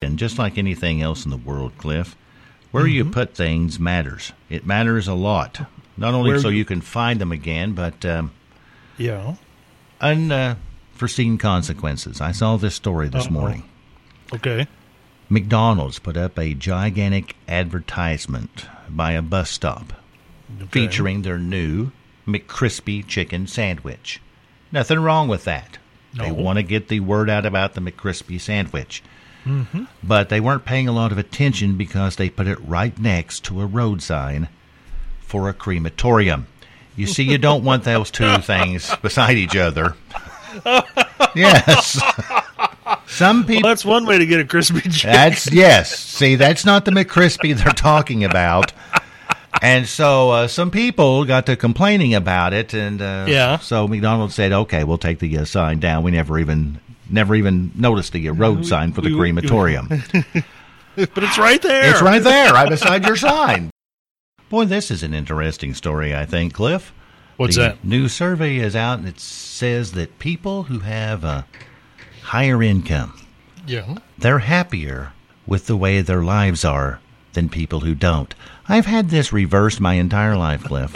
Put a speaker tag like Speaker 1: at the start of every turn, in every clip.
Speaker 1: and just like anything else in the world, Cliff, where you
Speaker 2: Mm-hmm.
Speaker 1: put things matters. It matters a lot. Not only
Speaker 2: Where
Speaker 1: so
Speaker 2: you-
Speaker 1: you can find them again, but um,
Speaker 2: Yeah.
Speaker 1: unforeseen consequences. I saw this story this
Speaker 2: Uh-oh.
Speaker 1: morning.
Speaker 2: Okay.
Speaker 1: McDonald's put up a gigantic advertisement by a bus stop
Speaker 2: Okay.
Speaker 1: featuring their new McCrispy chicken sandwich. Nothing wrong with that. They
Speaker 2: No.
Speaker 1: want to get the word out about the McCrispy sandwich. But they weren't paying a lot of attention because they put it right next to a road sign for a crematorium. You see, you don't want those two things beside each other. yes. Some people.
Speaker 2: Well, that's one way to get a crispy chicken.
Speaker 1: That's yes. See, that's not the McCrispy they're talking about. And so uh, some people got to complaining about it, and uh,
Speaker 2: Yeah.
Speaker 1: So McDonald's said, "Okay, we'll take the uh, sign down. We never even never even noticed the uh, road sign for the
Speaker 2: we- we-
Speaker 1: crematorium.
Speaker 2: but it's right there.
Speaker 1: it's right there, right beside your sign." Boy, this is an interesting story. I think Cliff.
Speaker 2: What's
Speaker 1: the
Speaker 2: that?
Speaker 1: New survey is out, and it says that people who have a higher income
Speaker 2: Yeah.
Speaker 1: they're happier with the way their lives are than people who don't. I've had this reversed my entire life, Cliff.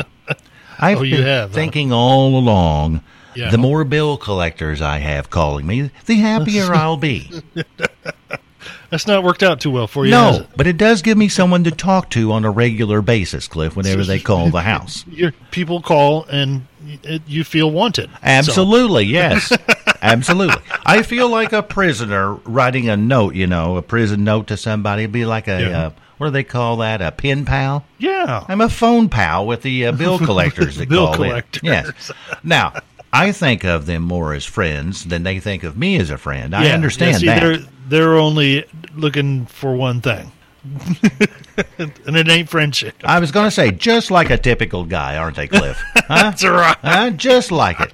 Speaker 1: I've
Speaker 2: Oh, you
Speaker 1: been
Speaker 2: have, huh?
Speaker 1: thinking all along.
Speaker 2: Yeah.
Speaker 1: The more bill collectors I have calling me, the happier I'll be.
Speaker 2: That's not worked out too well for you. has
Speaker 1: no,
Speaker 2: it?
Speaker 1: but it does give me someone to talk to on a regular basis, Cliff, whenever they call the house.
Speaker 2: Your people call and y- it, you feel wanted. So,
Speaker 1: Absolutely, yes. Absolutely. I feel like a prisoner writing a note, you know, a prison note to somebody. It'd be like a,
Speaker 2: Yeah.
Speaker 1: uh, what do they call that? A pen pal?
Speaker 2: yeah.
Speaker 1: I'm a phone pal with the uh, bill collectors that
Speaker 2: Bill
Speaker 1: call
Speaker 2: collectors.
Speaker 1: in. Yes. Now, I think of them more as friends than they think of me as a friend. I
Speaker 2: Yeah.
Speaker 1: understand
Speaker 2: Yeah, see,
Speaker 1: that.
Speaker 2: They're, they're only looking for one thing, and it ain't friendship.
Speaker 1: I was going to say, just like a typical guy, aren't they, Cliff? Huh?
Speaker 2: That's right.
Speaker 1: Huh? Just like it.